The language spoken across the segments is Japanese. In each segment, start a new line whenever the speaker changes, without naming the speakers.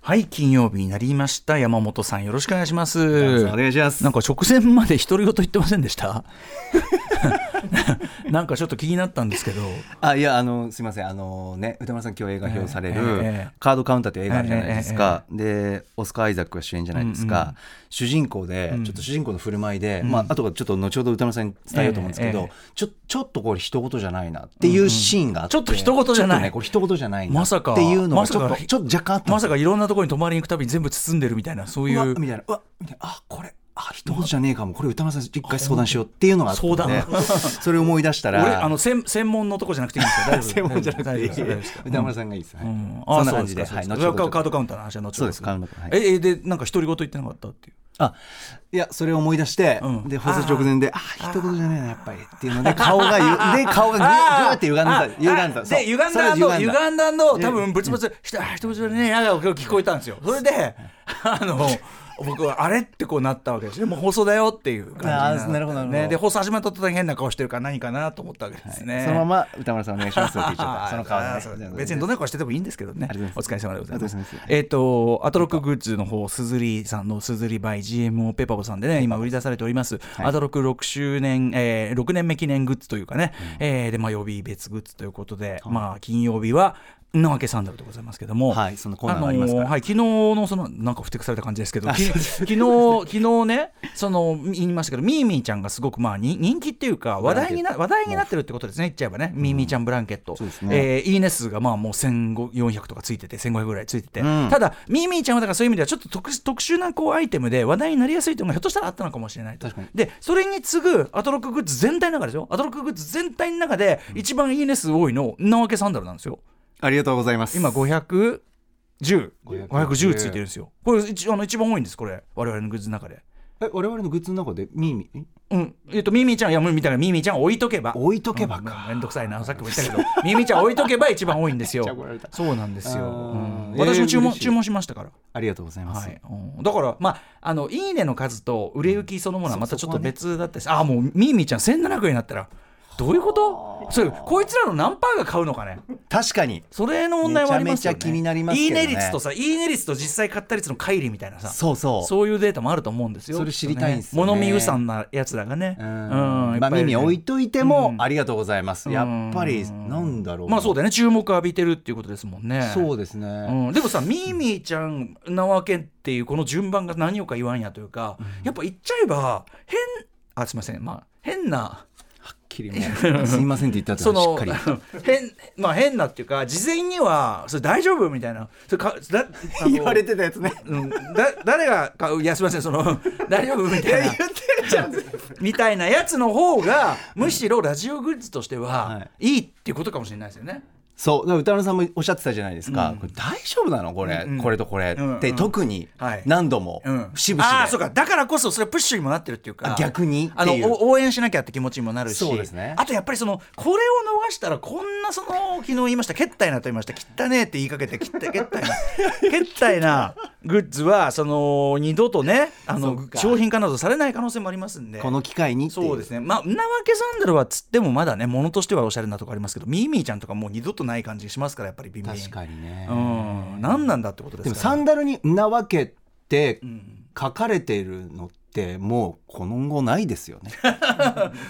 はい、金曜日になりました。山本さん、よろしくお願いします。
お願いします
なんか直前まで独り言言ってませんでした なんかちょっと気になったんですけど。
あいやあのすいませんあのね歌丸さん今日映画表される、
ええええ
カードカウンターという映画あるじゃないですか、でオスカー・アイザックが主演じゃないですか、
うんう
主人公で、
ん
ちょっと主人公の振る舞いで、
うん
まああとはちょっと後ほど歌丸さんに伝えようと思うんですけど、
えええ
ちょちょっとこれ一言じゃないなっていうシーンがあって、
うんうんちょっと一言じゃない
ちょっとねこれ一言じゃないな
まさか
っていうのが
ま
ち
さ
ょっと,、
か
ちょっと若干あったんで
ます
よ
さかいろんなところに泊まりに行くたびに全部包んでるみたいな、そういう
わ
う
みたいなうわみたいなあこれあ一言じゃねえかもこれ歌丸さん一回相談しようっていうのがあったんで
相談
それを思い出したら
俺、あの、専専門のとこじゃなくていいん ですよ。大丈夫
専門じゃなくていい
大丈夫です大丈夫です
歌丸さんがいいです、はい
うんあ
そ
あ
んな
そう
感
です
じで
かそうですかそれ
はい
は
後ほど
カードカウンターの話は後ほど
そうですカウンターはい
ええでなんか独り言言ってなかったっていう
あいやそれを思い出して、
うん
で放送直前でああ一言じゃねえなやっぱりっていうので顔が ゆで顔がぐぐーって歪んでた
あ
歪んでた
あ
そう
で歪ん
それ
だ
は
の
歪んだ
歪んだの多分ブツブツひとあ一言ねなんか聞こえたんですよそれであの僕はあれってこうなったわけですねもう放送だよっていう感じにっ
あーなるほどなるほど
ねで放送始まった途端に変な顔してるから何かなと思ったわけですね、
そのまま歌丸さんお願いしますって言っちゃっ
あ
たその
あー
顔
そう
で、ね、
別にどんな顔しててもいいんですけどね
ありがとう
お
ご
疲れ様でございます
ありがとうございます
えっ、とアトロックグッズの方すずりさんのすずり by GMO ペパボさんでね今売り出されております、
い
アトロック6周年、えー、6年目記念グッズというかね、えーでまあ曜日別グッズということで、まあ金曜日はなわけサンダルでございますけども、
はいそのコーナーがありますから
のーはい、昨日のそのなんか不適された感じですけど、き昨日昨日ね、その言いましたけど、みーみーちゃんがすごくまあに人気っていうか話題にな話題になってるってことですね。言っちゃえばね、みーみーちゃんブランケット、
そうですね
えーいいね数がまあもう1400とかついてて、1500ぐらいついてて、
ん
ただみーみーちゃんはだからそういう意味ではちょっと特殊特殊なこうアイテムで話題になりやすいというのがひょっとしたらあったのかもしれないと。
確かに
でそれに次ぐアトロックグッズ全体の中ですよ。アトロックグッズ全体の中で一番いいね数多いのなわけサンダルなんですよ。
ありがとうございます
今510
510
510ついてるんですよこれ一あの一番多いんですこれ我々のグッズの中で
え我々のグッズの中でミミえ
うんえっとミミィちゃんいやもうみたいなミミィちゃん置いとけば
置いとけばか
うんめんどくさいなさっきも言ったけど ミミィちゃん置いとけば一番多いんですよ
めっちゃ怒られた
そうなんですよ、
あ
う
ー
ん
えー
私も注文、
嬉しい
注文しましたから
ありがとうございます、
はいうんだから、まあ、あのいいねの数と売れ行きそのものはまたちょっと
そそこはね
別だったし、あもうみーみーちゃん1700円になったらどういうことそれこいつらの何パーが買うのかね
確かに
それの問題はありますよね
めちゃめちゃ気になりますけどね
いいね率とさいいね率と実際買った率の乖離みたいなさ
そうそう
そういうデータもあると思うんですよ
それ知りたいんですよね
物見うさんなやつらがね
う
う
ん
ん
まあ、
ぱいる
耳置いといても、
うん
ありがとうございます。やっぱり、なんだろう。
まあそうだよね注目浴びてるっていうことですもんね
そうですね。
うん、でもさみーみーちゃんなわけっていうこの順番が何をか言わんやというか、やっぱ言っちゃえば変あすいませんまあ変な
はっきりもう すいませんって言った
そ
後しっ
の
かり。
変まあ変なっていうか事前にはそれ大丈夫みたいなそれかだあ の
てたやつね。
うん、だ誰が買ういやすみませんその 大丈夫みたいなみたいなやつの方がむしろラジオグッズとしては
はい
いいっていうことかもしれないですよね。
そう、だから歌丸さんもおっしゃってたじゃないですか。これ大丈夫なのこれ、
うんうん
これとこれ、
うんうん
って特に
はい
何度も
うん、
節々で。
ああそうかだからこそそれはプッシュにもなってるっていうか
あ逆に
あ
って
の
いう
お応援しなきゃって気持ちにもなるし
そうですね
あとやっぱりそのこれを逃したらこんなその昨日言いました「けったいな」と言いました「きったねえ」って言いかけて「きったけったい な」けったいなグッズはその二度とねあ
そっ
の
か
商品化などされない可能性もありますんで。
この機会にっていう。
そうですね、まあ、んなわけサンダルはつってもまだね、ものとしてはおしゃれなとこありますけど、ミーミーちゃんとかもう二度とない感じしますから、やっぱりビンビン。
確かにね。
うん、何なんだってことで
ですも
か
サ
ら、
ンダルにんなわけって
ん
書かれているのってもうこの後ないで すよね。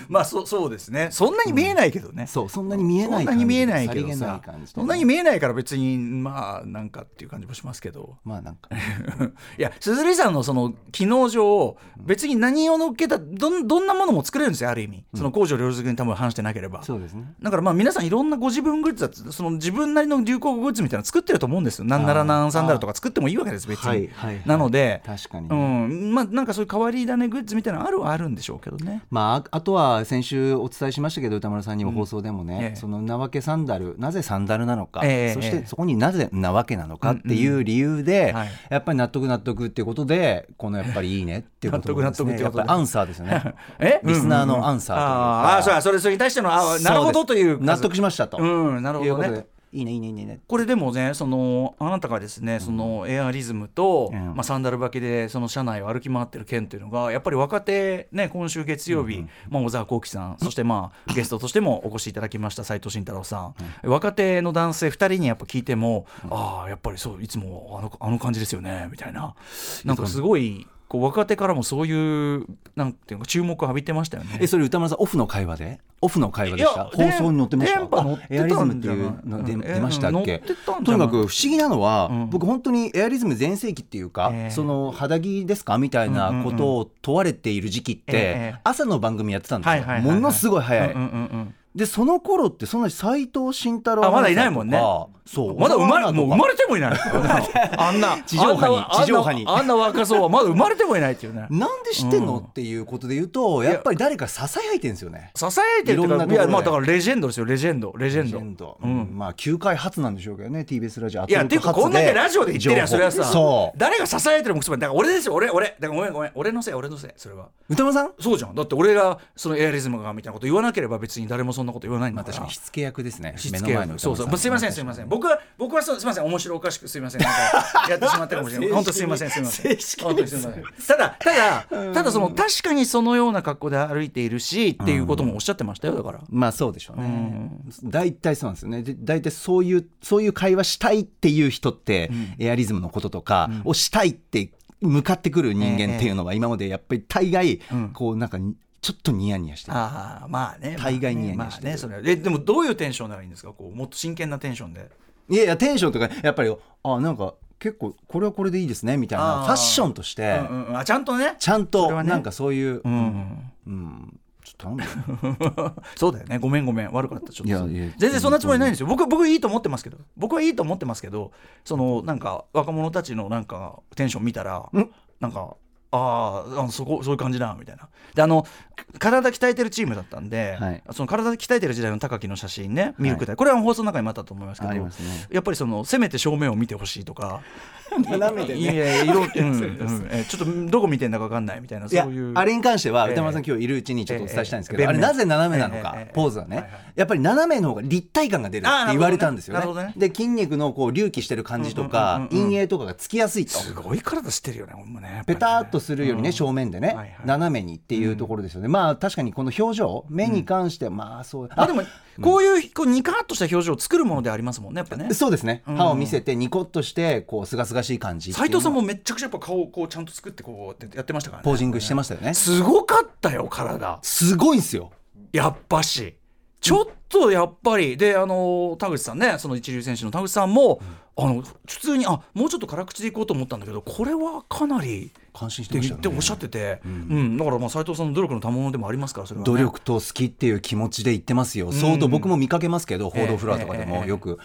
まあそ、そうですね、そんなに見えないけどね、
そう、そんなに見え
そ
なんい
な
感じ。
に見えないけど
さりげな
さ
い感、じ
そ
とか
んなに見えないから、別に、まあ、なんかっていう感じもしますけど、
まあなんか。
いや、鈴木さんのその機能上、別に何を乗っけたどん、どんなものも作れるんですよ、ある意味、その工場両立に多分反してなければ。
そうですね。
だからまあ皆さんいろんなご自分グッズだってその自分なりの流行語グッズみたいなの作ってると思うんですよ。なんならなんサンダルとか作ってもいいわけです別に。
はいはいはい
なので、
確かに
う
ね、
ん、まあなんかそういう変わり種グッズみたいなのあるはあるんでしょうけどね。
まあ、ああとは先週お伝えしましたけど歌丸さんにも放送でもね、
ええ
そのなわけサンダルなぜサンダルなのか、
ええ
そし
ええ
てそこになぜなわけなのかっていう理由で、
はい
やっぱり納得納得っていうことでこのやっぱりいいねっていうこと
納得
です
納得っ
ね
ていうこ
やっ
とで
ぱりアンサーですよね
え
リスナーのアンサーというか
あーあー、そうやそれそれに対してのあーなるほどという
納得しましたと、
うんなるほどね
いうことでいいねいいねいいねいいね
これでもねそのあなたがですねそのエアリズムと、
うん
まあ、サンダル履きでその車内を歩き回ってる件というのがやっぱり若手ね今週月曜日、まあ、小沢幸輝さんそしてまあゲストとしてもお越しいただきました斉藤慎太郎さん、若手の男性2人にやっぱ聞いても、ああやっぱりそういつもあのあの感じですよねみたいななんかすごいこう若手からもそういうなんていうか注目を浴びてましたよね
え。それ歌丸さんオフの会話でオフの会話でした
いや
放送に載ってました
電波乗ってたんじゃな
エア
い
リズムっていうので
うん
出ましたっけ
乗ってたんじゃない
とにかく不思議なのは、
ん
僕本当にエアリズム全盛期っていうか、
ええ
その肌着ですかみたいなことを問われている時期っ
え
て
え
朝の番組やってたんです
はい
よ、
はいはいはい
ものすごい早い、
うんうんうん
でその頃ってそんな斎藤慎太郎
あまだいないもんね
アナウンサーとかそう
まだ生ま
小
れもう生まれ
沢アナとか
てもいない あんな
地上波に
あんな
地上波
あん
に
なあんな若そうはまだ生まれてもいないっていうね
なんで知ってんの、っていうことで言うとやっぱり誰かささやいてんですよね
支えてるって
いろん
い
な
う
と
かい
ころで
やまあだからレジェンドですよレジェンドレジェン
レジ
ド
ェンド
う
うん
ん
まあ球界初なんでしょうけどね TBS ラジオ
いやていうかこんだけラジオで言ってりゃそれはさ
そう
誰が支えてるもつまりだから俺ですよ俺俺だからごめんごめん俺のせい俺のせいそれは
歌丸さん
そうじゃんだって俺がそのエアリズムがみたいなこと言わなければ別に誰もそんなこと言わないん
ま
だ
あ
か
確からにしつけ役ですね
し
目
つ
の
け
前の歌丸さ
そうそうもうすいませんすいません僕は僕はそうすいません面白おかしくすいませんなんかやってしまったかもし れない本当すいませんすいません
正式に
本当にすいませんただただただその確かにそのような格好で歩いているしっていうこともおっしゃってましたよだから
まあそうでしょうね、大体そうなんですよねで大体そういうそういう会話したいっていう人って、エアリズムのこととかをしたいって向かってくる人間っていうのは今までやっぱり大概こうなんかちょっとニヤニヤしてる
ああまあね
大概ニヤニヤ
ま
し
あ
てる
ねそれはえでもどういうテンションならいいんですかこうもっと真剣なテンションで
いやいやテンションとかやっぱりあなんか結構これはこれでいいですねみたいな
あー
ファッションとして
うんうんうんあちゃんとね
ちゃん
それ
と
はね
なんかそういう、う
うんん
うんちょっと頼むよ
そうだよねごめんごめん悪かったちょっと
いやいや
全然そんなつもりないんですよ僕僕いいと思ってますけど僕はいいと思ってますけどそのなんか若者たちのなんかテンション見たら
ん
なんかあーあのそこそういう感じだみたいなであの体鍛えてるチームだったんで、
はい
その体鍛えてる時代の高木の写真ねミルクで、これは放送の中にもあったと思いますけど
ありますね
やっぱりそのせめて正面を見てほしいとか
斜めでね
いやいや色々うんうんえちょっとどこ見てんだか分かんないみたいないそ
や
ういう
あれに関しては
ええ
歌丸さん今日いるうちにちょっとお伝えしたいんですけど、
ええ
あれなぜ斜めなのか、
ええええ
ポーズはね、
はいはい
やっぱり斜めの方が立体感が出るって言われたんですよ
あーなるほ
ね
どね
で筋肉のこう隆起してる感じとか、
うんうんうんうん
陰影とかがつきやすいと
すごい体してるよねほんまねやっぱ
ペ
りね
ターっとするよりね、正面でね、
はいはい
斜めにっていうところですよね、まあ確かにこの表情目に関してはまあそう、
まあでも、こういうこうニカッとした表情を作るものでありますもんねやっぱね
そうですね、歯を見せてニコッとしてこうすがすがしい感じっていう
斉
のは
藤さんもめっちゃくちゃやっぱ顔をこうちゃんと作ってこうやってやってましたからね
ポージングしてましたよね
すごかったよ体
すごいんですよ
やっぱしちょっとやっぱりであの田口さんねその一流選手の田口さんも、あの普通にあもうちょっと辛口でいこうと思ったんだけどこれはかなり
感心し
ってて
まし
言
た
っ
ね
ておっしゃってて、うんだからまあ斉藤さんの努力の賜物でもありますからそれはね、
努力と好きっていう気持ちで言ってますよ、相当僕も見かけますけど、報道フロアとかで
え
も
え
よく、
え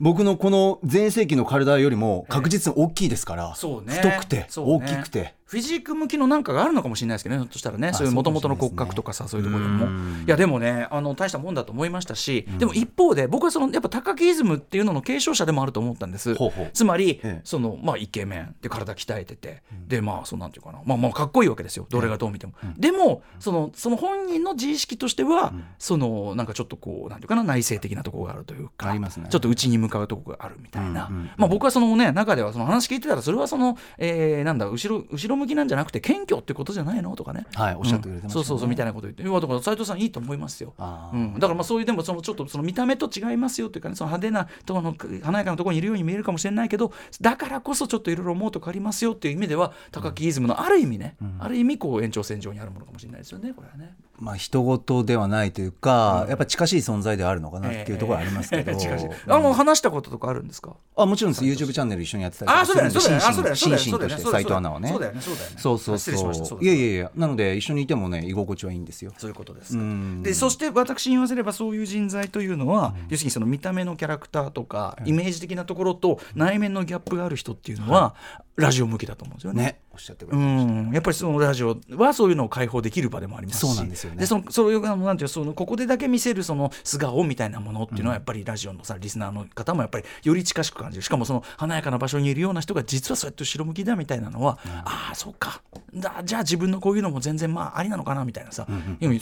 僕のこの全盛期の体よりも確実に大きいですから、
そうね
太くて、
そう
大
ね
きくて、
フィジーク向きのなんかがあるのかもしれないですけどね、ひょっとしたらね、そういう
そう
も
か
と
も
も
しれ
と
な
の
いですね
骨格とかさ、そういうところで
うん
も。いや、でもね、あの大したもんだと思いましたし、でも一方で、僕はそのやっぱ高木イズムっていうのの継承者でもあると思ったんです。
ほうほう
つまり、
ええ
そのまあイケメンで体鍛えてて、でまあそうなんていうかな、まあまあかっこいいわけですよ。どれがどう見ても。でもそのその本人の自意識としては、そのなんかちょっとこうなんていうかな内省的なところがあるというか、
ありますね
ちょっと内に向かうところがあるみたいな。
うんうんうん
まあ僕はそのね中ではその話聞いてたらそれはその、えーなんだ後ろ後ろ向きなんじゃなくて謙虚ってことじゃないのとかね。
はい、おっしゃってくれてましたね、
そうそうそうみたいなこと言って、いやだから斉藤さんいいと思いますよ。
あ
う
ー
ん、だからまあそういうでもそのちょっとその見た目と違いますよというかねその派手なとこの華やかなところにいるように見えるかもしれないけどだからこそちょっといろいろ思うとこありますよっていう意味では高木イズムのある意味ね、ある意味こう延長線上にあるものかもしれないですよねこれはね。
まあ人事ではないというか、やっぱ近しい存在ではあるのかなっていうところはありますけど、
えー近しい あの話したこととかあるんですか
あもちろんです YouTube チャンネル一緒にやってたり
あー
と
そ
か
う
す
だ
る
よ
ん
ねそうだよねあそうだよねそうだよねそうだよ
で心身心身として
ね
斎藤アナはね
そうだよねそうだよね
そうそう
失礼しました
そ
そうう
い
だ
や
よね
いやいやなので一緒にいてもね居心地はいいんですよ
そういうことですか
うん
でそして私に言わせればそういう人材というのは、要するにその見た目のキャラクターとか、イメージ的なところと内面のギャップがある人っていうのは、ラジオ向きだと思うんですよね。
ねおっしゃってく
う
れて、
ん、やっぱりそのラジオはそういうのを解放できる場でもありますし
そうなんですよね
でそのそういうなんていうそのここでだけ見せるその素顔みたいなものっていうのはやっぱりラジオのさリスナーの方もやっぱりより近しく感じるしかもその華やかな場所にいるような人が実はそうやって後ろ向きだみたいなのは、ああそうかだじゃあ自分のこういうのも全然まあありなのかなみたいなさ、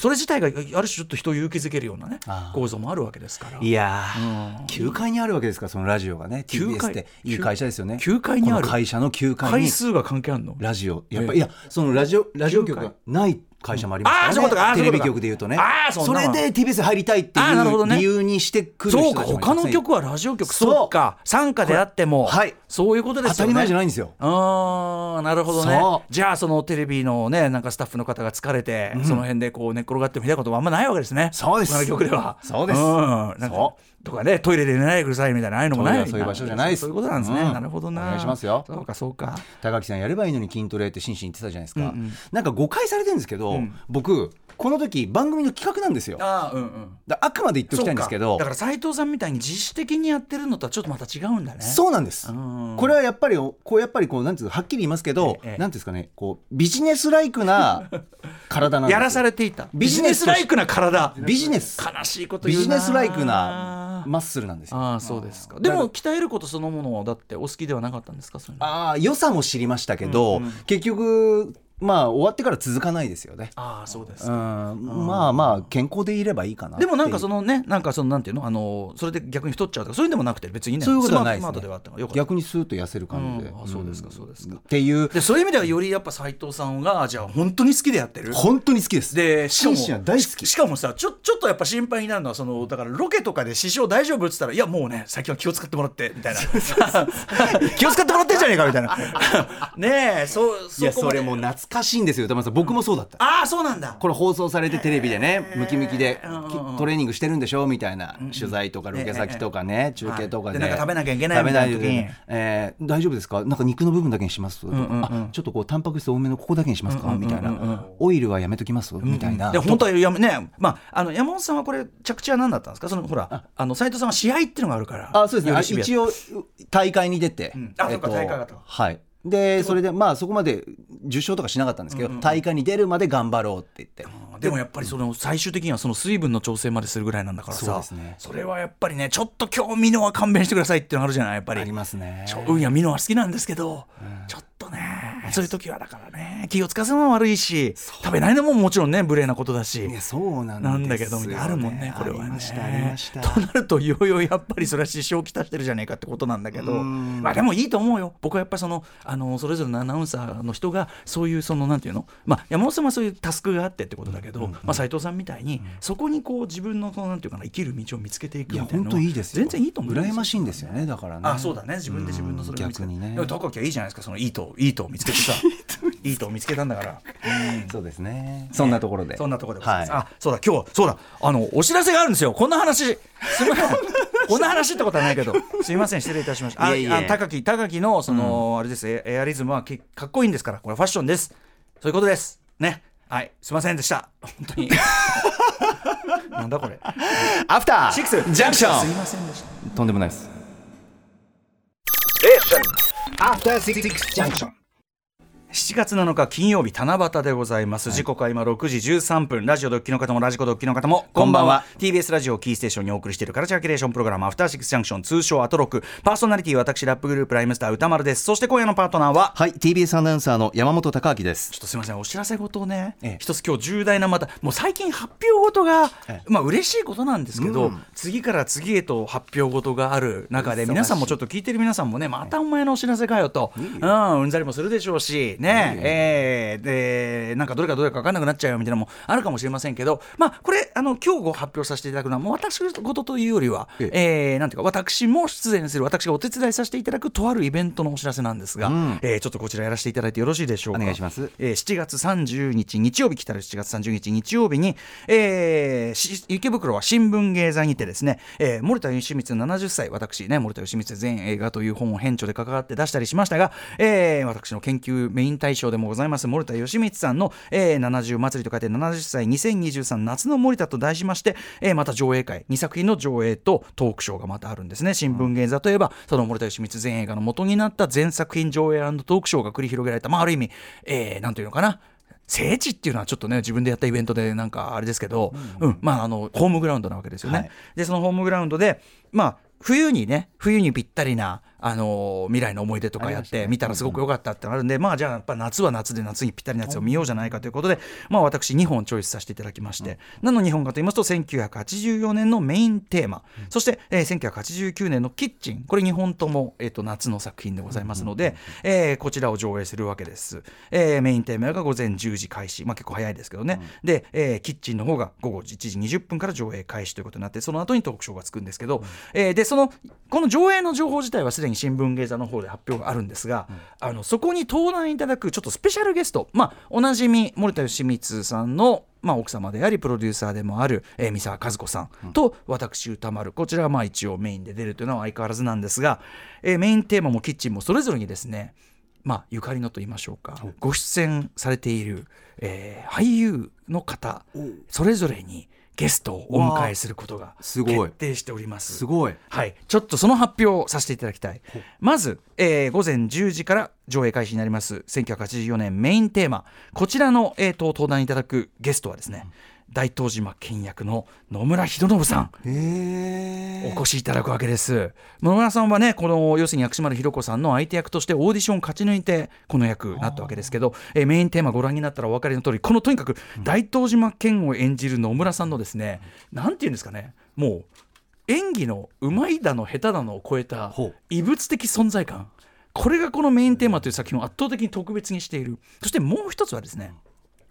それ自体がある種ちょっと人を勇気づけるようなね
あー
構造もあるわけですから。
いや
う
ー、9階にあるわけですから、そのラジオがね、
9
TBS
階
って、いい会社ですよね。
9階にある
この会社の9階
回
に、
数が関係あるの
ラジオ、やっぱ
ええ
り、いや、そのラジオ、ラジオ局
9
が
階
ない会社もあります
あーそういうこと
か
からあーそ
ね、
うい
テ
うこと
レビ
か
局で言うとね
あー、そん
そ
なも
れ
ん
で TBS 入りたいって
あーなるほど
いう
ね
理由にしてくる人
そう
た
か
ちもいますね
他の曲はラジオ局
そう
そうか傘下であっても、
はい
そういうことですよね
当たり前じゃないんですよ。
あーなるほどね
そう
じゃあそのテレビのねなんかスタッフの方が疲れて、その辺でこう寝っ転がっても見たことはあんまないわけですね
そうです
他の曲では
そうです
んなんか
そ
とかねトイレで寝ないでくださいみたいなああいうのもない
トイレはそういう場所じゃないです
そういうことなんですね、
うん
なるほどな
お願いしますよ
そうかそうか
高木さんやればいいのに筋トレって心身言ってたじゃないですか、
うんうん
なんか誤解されてるんですけど、
ん
僕この時番組の企画なんですよだか
あーうんうん
らあくまで言っておきたいんですけ
そ
ど
うかだから斉藤さんみたいに自主的にやってるのとはちょっとまた違うんだね
そうなんです、
うん
これはやっぱりこうやっぱりこうなんていうのはっきり言いますけど、
ええ
なんていうんですかねこうビジネスライクな体なんですよ
やらされていたビ
ビ
ジ
ジ
ネ
ネ
ス
ス
ライクな体
ビジネス
悲しいこと
ビ
言うな
ジネスライクなマッスルなんですよ
ああそうですかでも鍛えることそのものはだってお好きではなかったんですかそういうのあ
ああ良さも知りましたけど、結局まあ終わってから続かないですよね
あそうです
うん
か
まあまあ健康でいればいいかなっ
で
てい
も
う
なんかそのねなんかそのなんていうのあのそれで逆に太っちゃうとかそういうのもなくて別にね
そういうことはない
ス
です、
マ
ね、
ートではあったのよかった
逆にスーッと痩せる感じで、
うんあそうですかそうですか
っていう
でそういう意味ではよりやっぱ斉藤さんがじゃあ本当に好きでやってる
本当に好きです
でしかも
シンシンは大好き
ししかもさちょちょっとやっぱ心配になるのはそのだからロケとかで師匠大丈夫っつったらいやもう ね最近は気を使ってもらってみたいな 気を使ってもらってんじゃねえかみたいな ねえそう
い
そ
や
こ
そ
まで
れもう懐かしいんですよ歌丸さん僕もそうだった、
ああそうなんだ
これ放送されてテレビでねムキムキで
うん
きトレーニングしてるんでしょみたいな取材とかロケ先とかね中継とかで
はいでなんか食べなきゃいけないみたいな時に
食べきゃいけないえー大丈夫ですかなんか肉の部分だけにします
んうんうん
あちょっとこうタンパク質多めのここだけにしますかみたい
うんうんうん
なオイルはやめときますみたいな
で本当はやめねまああの山本さんはこれ着地は何だったんですかそのほらあの斉藤さんは試合っていうのがあるから
あそうですねあ
よりシビア
一応大会に出て、
んあそうか大会があった
はいでそれでまあそこまで受賞とかしなかったんですけど、大会に出るまで頑張ろうって言って
でもやっぱりその最終的にはその水分の調整までするぐらいなんだからさ
そうですね
それはやっぱりねちょっと今日ミノは勘弁してくださいっていうのあるじゃないやっぱり
ありますね
ちょうんやミノは好きなんですけど、ちょっとねそういう時はだからね気を使わせるのも悪いし食べないのももちろんね無礼なことだし、
いやそうなんですよ
なんだけどみたいなあるもんねこれはね
ありましたありました
となるといよいよやっぱりそれは支障をきたしてるじゃねえかってことなんだけど
うん
まあでもいいと思うよ僕はやっぱりそのあのそれぞれのアナウンサーの人がそういうそのなんていうのまあ山本さんはそういうタスクがあってってことだけどまあ斉藤さんみたいにそこにこう自分のそのなんていうかな生きる道を見つけていく
い
み
や
たいな
本
の
当
はい
いですよ
全然いいと思う
羨ましいんですすよねだからね
あそうだね自分で自分のそれを見つけ
逆にね
でも高木はいいじゃないですかそのいいといいとを見つけて さいいとを見つけたんだから
そうですねそんなところで
そんなところでございます。
はい
あ、そうだ、今日、そうだ、あの、お知らせがあるんですよ。こんな話、すみません。 こんな話ってことはないけど、すみません、失礼いたしました。あ、
いえいえ
あ高木、高木の、その、あれです、エエアリズムはけかっこいいんですから、これはファッションです。そういうことです。ね。はい、すみませんでした。本当 に。なんだこれ。
アフター
シックス
ジャンクシ
すみ
ョ
ませんでした。
ンとんでもないです
7月7日金曜日七夕でございます、時刻は今6時13分ラジオドッキの方もラジコドッキの方も
こんばんは
TBS ラジオをキーステーションにお送りしているカルチャーキュレーションプログラム「アフターシックスジャンクション」通称アトロクパーソナリティ私ラップグループライムスター歌丸ですそして今夜のパートナーは
はい TBS アナウンサーの山本貴明です
ちょっとすみませんお知らせ事をね、
ええ
一つ今日重大なまたもう最近発表事が、
ええ
まあ嬉しいことなんですけど、
うん
次から次へと発表事がある中で
忙しい
皆さんもちょっと聞いてる皆さんもねまたお前のお知らせかよと、うん、うんざりもするでしょうしね、ええでなんかどれかどれか分かんなくなっちゃうよみたいなのもあるかもしれませんけどまあこれあの今日ご発表させていただくのはもう私事というよりは、え
え
えなんていうか私も出演する私がお手伝いさせていただくとあるイベントのお知らせなんですが、
うん
えーちょっとこちらやらせていただいてよろしいでしょうか
お願いします
えー7月30日日曜日来たる7月30日日曜日に、えーし池袋は新聞芸座にてですね、えー森田義満70歳私ね森田義満全映画という本を編著で関わって出したりしましたが、えー私の研究メイン新大賞でもございます森田義満さんの、えー、70祭りと書いて70歳2023夏の森田と題しまして、えー、また上映会2作品の上映とトークショーがまたあるんですね新聞芸座といえばその森田義満全映画の元になった全作品上映トークショーが繰り広げられたまあある意味、えー、なんていうのかな聖地っていうのはちょっとね自分でやったイベントでなんかあれですけど、うん、うん、まああのホームグラウンドなわけですよね。はい、でそのホームグラウンドでまあ冬にね冬にぴったりなあのー、未来の思い出とかやって見たらすごく良かったってなるんで、まあじゃあやっぱ夏は夏で夏にぴったりなやつを見ようじゃないかということで、まあ私2本チョイスさせていただきまして、うん、何の2本かと言いますと1984年のメインテーマ、うん、そして、えー、1989年のキッチンこれ2本とも、えーと、と夏の作品でございますので、うん、えー、こちらを上映するわけです、えー、メインテーマが午前10時開始まあ結構早いですけどね、で、えー、キッチンの方が午後1時20分から上映開始ということになってその後にトークショーがつくんですけど、えー、でそのこの上映の情報自体はすでに新聞芸座の方で発表があるんですが、うん、あのそこに登壇いただくちょっとスペシャルゲスト、まあ、おなじみ森田芳光さんのまあ、奥様でありプロデューサーでもある、えー、三沢和子さんと私歌丸こちらはまあ一応メインで出るというのは相変わらずなんですが、えー、メインテーマもキッチンもそれぞれにですねまあ、ゆかりのと言いましょうか、うん、ご出演されている、えー、俳優の方それぞれにゲストをお迎えすることが決定しております
すごい
はい、ちょっとその発表をさせていただきたいまず、えー、午前10時から上映開始になります1984年メインテーマこちらの、えー、と登壇いただくゲストはですね、うん、大東島倹約の野村秀信さん、えー、お越しいただくわけです野村さんはねこの要するに薬師丸ひろ子さんの相手役としてオーディションを勝ち抜いてこの役になったわけですけど、えー、メインテーマご覧になったらお分かりの通りこのとにかく大東島健を演じる野村さんのですね、うん、なんていうんですかねもう演技のうまいだの下手だのを超えた異物的存在感これがこのメインテーマという作品を圧倒的に特別にしているそしてもう一つはですね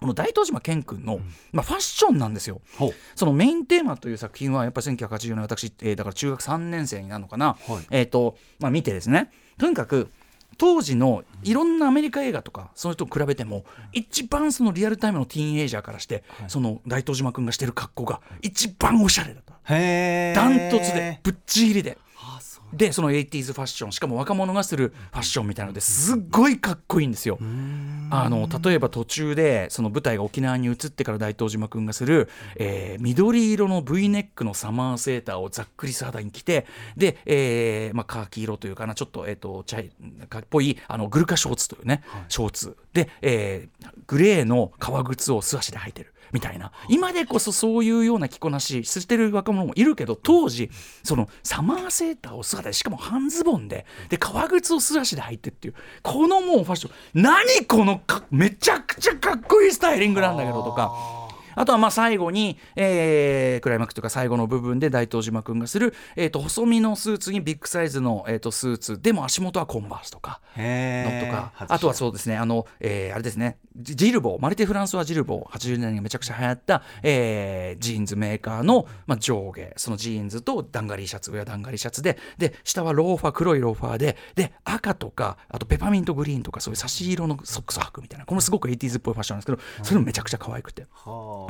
この大東島健君の、まあ、ファッションなんですよ、うん、そのメインテーマという作品はやっぱり1984年私、えー、だから中学3年生になるのかな、はい、えーとまあ、見てですねとにかく当時のいろんなアメリカ映画とかその人と比べても一番そのリアルタイムのティーンエイジャーからして、その大東島君がしてる格好が一番おしゃれだったダントツでぶっちぎりで。でその 80s ファッションしかも若者がするファッションみたいなのですっごいかっこいいんですよ。あの例えば途中でその舞台が沖縄に移ってから大東島君がする、えー、緑色の V ネックのサマーセーターをざっくり素肌に着てで、えーまあ、カーキ色というかなちょっと,、えーと、と茶かっぽいあのグルカショーツというね、はい、ショーツで、えー、グレーの革靴を素足で履いてる。みたいな今でこそそういうような着こなししてる若者もいるけど当時そのサマーセーターを姿でしかも半ズボンでで革靴を素足で履いてっていうこのもうファッション何このかめちゃくちゃかっこいいスタイリングなんだけどとか。あとはまあ最後に、えー、クライマックスというか最後の部分で大東島君がする、えー、と細身のスーツにビッグサイズの、えー、とスーツでも足元はコンバースとかのとかあとはそうですねあの、えー、あれですねジルボーマルテ・フランスはジルボー80年代にめちゃくちゃ流行った、えー、ジーンズメーカーの、まあ、上下そのジーンズとダンガリーシャツ上はダンガリーシャツでで下はローファー黒いローファーでで赤とかあとペパミントグリーンとかそういう差し色のソックスを履くみたいなこれもすごく 80s っぽいファッションなんですけどそれもめちゃくちゃ可愛くて。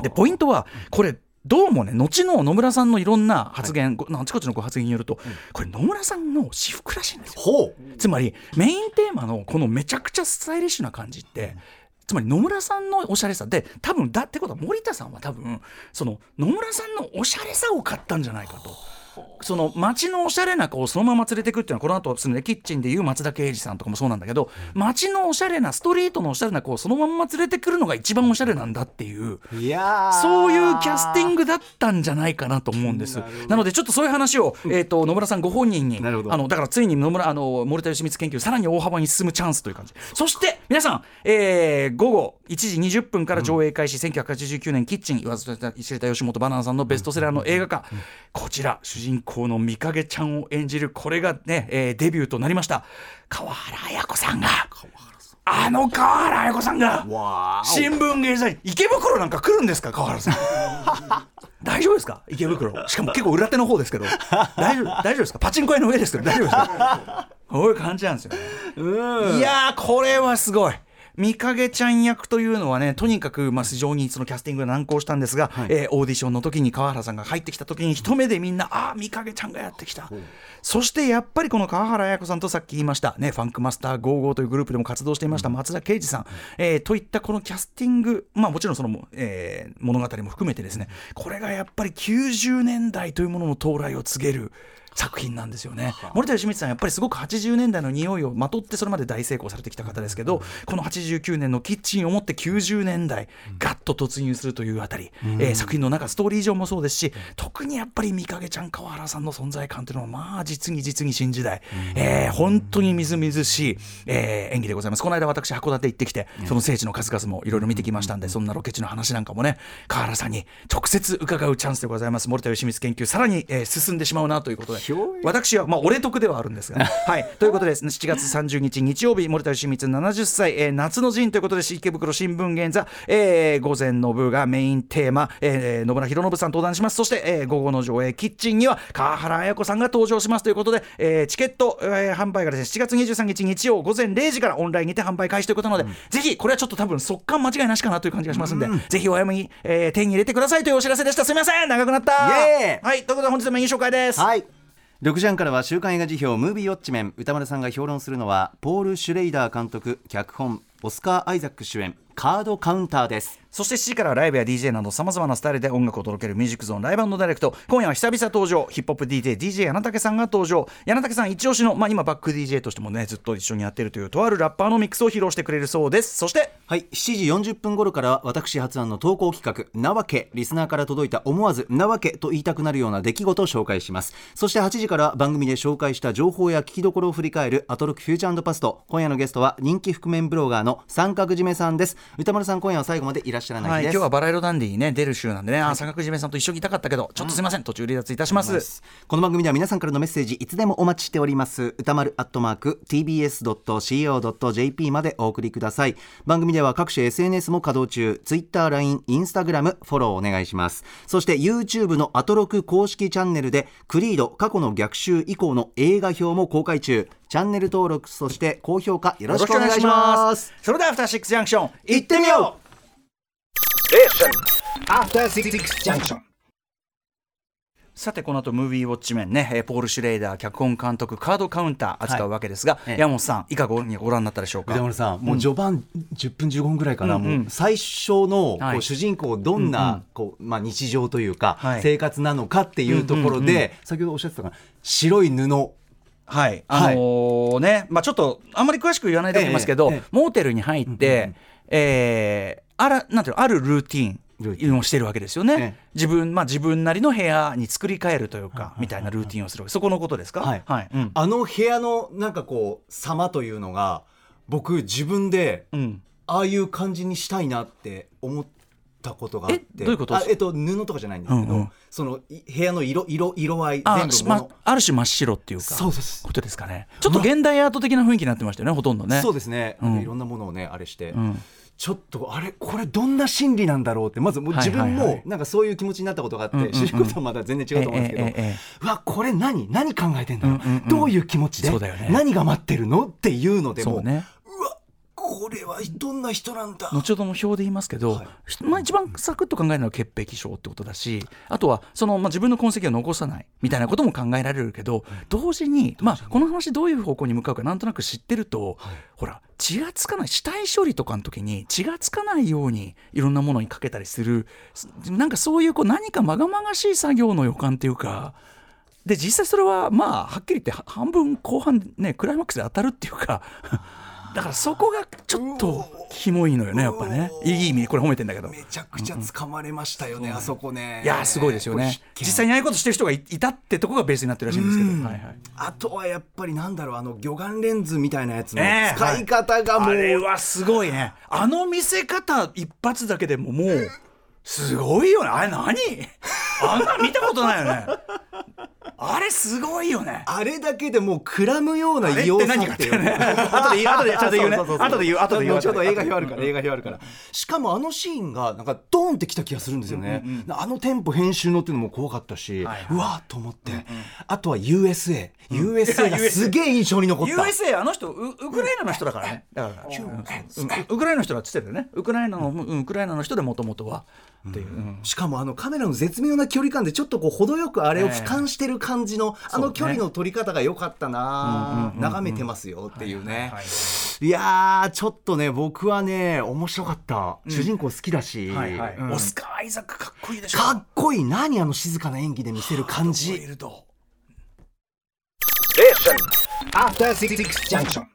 でポイントはこれどうもね後の野村さんのいろんな発言、はい、あちこちのご発言によると、うん、これ野村さんの私服らしいんですよつまりメインテーマのこのめちゃくちゃスタイリッシュな感じって、うんつまり野村さんのおしゃれさで多分だってことは森田さんは多分その野村さんのおしゃれさを買ったんじゃないかと。その街のおしゃれな子をそのまま連れてくっていうのはこの後すねキッチンでいう松田圭司さんとかもそうなんだけど街のおしゃれなストリートのおしゃれな子をそのまま連れてくるのが一番おしゃれなんだっていうそういうキャスティングだったんじゃないかなと思うんですなのでちょっとそういう話を、えーと、と野村さんご本人にあのだからついに野村あの森田芳光研究さらに大幅に進むチャンスという感じそして皆さん、えー、午後1時20分から上映開始、うん、1989年キッチン言わずと知れた吉本バナナさんのベストセラーの映画化、うんうん、こちら主人公の三影ちゃんを演じるこれがね、えー、デビューとなりました川原綾子さんがあの川原綾子さんが新聞芸材池袋なんか来るんですか川原さん 大丈夫ですか池袋しかも結構裏手の方ですけど大丈夫大丈夫ですかパチンコ屋の上 ですけど大丈夫ですかこういう感じなんですよねいやこれはすごい三影ちゃん役というのはねとにかくまあ非常にそのキャスティングが難航したんですが、
はい
えーオーディションの時に川原さんが入ってきた時に一目でみんなああ三影ちゃんがやってきた、そしてやっぱりこの川原綾子さんとさっき言いましたねファンクマスター55というグループでも活動していました松田圭司さん、えーといったこのキャスティングまあもちろんその、えー物語も含めてですねこれがやっぱり90年代というものの到来を告げる作品なんですよね森田芳光さんやっぱりすごく80年代の匂いをまとってそれまで大成功されてきた方ですけどこの89年のキッチンを持って90年代ガッと突入するというあたり、えー作品の中ストーリー上もそうですし特にやっぱり三影ちゃん川原さんの存在感というのはまあ実に実に新時代、えー本当にみずみずしい、えー演技でございますこの間私函館行ってきてその聖地の数々もいろいろ見てきましたんでそんなロケ地の話なんかもね川原さんに直接伺うチャンスでございます森田芳光研究さらに、えー進んでしまうなということで
ひょい
私は、まあ、俺得ではあるんですが、 ね、はい。ということです、7月30日日曜日、森田芳光70歳、えー夏の陣ということで、池袋新聞現座、えー午前の部がメインテーマ、えー野村弘信さん登壇します。そして、えー午後の上映、キッチンには川原綾子さんが登場しますということで、えーチケット、えー販売がですね、7月23日日曜午前0時からオンラインにて販売開始ということなので、ぜひ、これはちょっと多分、速乾間違いなしかなという感じがしますんで、ぜひお早めに、えー手に入れてくださいというお知らせでした。すみません長くなった
イエーイ
はい、ということで本日のメイン紹介です。
はい6時半からは週刊映画辞表ムービーウォッチメン歌丸さんが評論するのはポール・シュレイダー監督脚本オスカー・アイザック主演カードカウンターです
そして7時からはライブや DJ などさまざまなスタイルで音楽を届けるミュージックゾーンライブダイレクト今夜は久々登場ヒップホップ DJ DJ 柳竹さんが登場柳竹さん一押しの、まあ、今バック DJ としてもねずっと一緒にやってるというとあるラッパーのミックスを披露してくれるそうですそして
はい7時40分頃からは私発案の投稿企画「なわけ」リスナーから届いた思わず「なわけ」と言いたくなるような出来事を紹介しますそして8時からは番組で紹介した情報や聞きどころを振り返る「アトロックフューチャーパスト」今夜のゲストは人気覆面ブロガーの三角締めさんです歌丸さん今夜は最後までいらっしゃらな
はいい、
で
今
す、
日はバラ色ダンディに、ね、出る週なんでね、あ三角締めさんと一緒にいたかったけどちょっとすいません、途中離脱いたします。
この番組では皆さんからのメッセージいつでもお待ちしております歌丸アットマーク tbs.co.jp までお送りください番組では各種 SNS も稼働中 TwitterLINE インスタグラムフォローお願いしますそして YouTube のアトロク公式チャンネルでクリード過去の逆襲以降の映画表も公開中チャンネル登録そして高評価よろしくお願いします
それではアフターシックスジャンクション
行ってみよう
After Six Junction.
さてこの後ムービーウォッチメンね、えーポール・シュレーダー脚本監督カードカウンター扱うわけですが、
いええ
山本さんいかがご覧になったでしょうか
歌丸さん、もう序盤10分15分ぐらいかな、
うんうん
もう最初のこ
はいう
主人公どんなこう、まあ、日常というか、
はい
生活なのかっていうところで、先ほどおっしゃってたかな白い布
はい、あのーね、まあ、ちょっとあんまり詳しく言わないでおきますけど、
ええええ
モーテルに入って、えーあらなんていうのあるルーティン
ルーテ
をしてるわけですよね、
ええ
自分まあ自分なりの部屋に作り変えるというか、みたいなルーティンをするそこのことですか
はい
うん
あの部屋のなんかこう様というのが僕自分で
うん
ああいう感じにしたいなって思ったことがあって
えどういうこと
あえっと、布とかじゃないんですけど、
うんうん
そのい部屋の色色色合い
あ
全
し
部
ま
も
あ
の
る種真っ白っていうか
そうです
ことですかねちょっと現代アート的な雰囲気になってましたよねほとんどね
そうですね、
うん
なんかいろんなものをねあれして、
うん
ちょっとあれこれどんな心理なんだろうってまずもう
はい
自
はいはい
分もなんかそういう気持ちになったことがあって、
うんうんうん
主人公とはまだ全然違うと思うんですけ
え
ど、
ええええ
うわこれ何何考えてんだろ
う
う,、
んうんうん
どういう気持ちで、
そうだよね
何が待ってるのっていうので
そ
も
うね
うわこれはどんな人なんだ
後ほどの表で言いますけど、
はい
ひまあ、一番サクッと考えるのは潔癖症ってことだしあとはその、まあ、自分の痕跡を残さないみたいなことも考えられるけど同時に、まあ、この話どういう方向に向かうかなんとなく知ってると、ほら血がつかない死体処理とかの時に血がつかないようにいろんなものにかけたりするすなんかそういうこう何かまがまがしい作業の予感っていうか。で実際それはまあはっきり言っては半分後半ねクライマックスで当たるっていうか だからそこがちょっとキモいのよねやっぱねいい意味でこれ褒めてんだけど
めちゃくちゃ掴まれましたよね、あそこね
いやーすごいですよね
これ必
実
見
際にああいうことしてる人がいいたってとこがベースになってるらしいんですけど、はいはい、
あとはやっぱりなんだろうあの魚眼レンズみたいなやつの
ねえ
使い方がもう、
あれはすごいねあの見せ方一発だけでももうすごいよねあれ何あんな見たことないよねあれすごいよね
あれだけでもうくらむような
あれ
異
っ
様
て
さ
何か
っ
ってて
い
いう
う
ね 後で言う 後でちゃんと言うね
そうそうそうそう
後で言う後で言う
ちょっと映画表あるから映画表あるからしかもあのシーンがなんかドーンってきた気がするんですよね、あのテンポ編集のっていうのも怖かったし、
はいはいう
わーっと思って、ああとは USA、USA がすげえ印象 に残った。
USA あの人ウウクライナの人だからねだから、うんうんウクライナの人だっつってたよねウクライナの、うんウクライナの人でもともとはっていう、うん
しかもあのカメラの絶妙な距離感でちょっとこう程よくあれを俯瞰してる感じの、あの距離の取り方が良かったな、眺めてますよっていうね、いやーちょっとね僕はね面白かった、主人公好きだし、
はいはい
うん
オスカー・アイザックかっこいいでしょ
かっこいい何あの静かな演技で見せる感じ
いると
After Six Junction.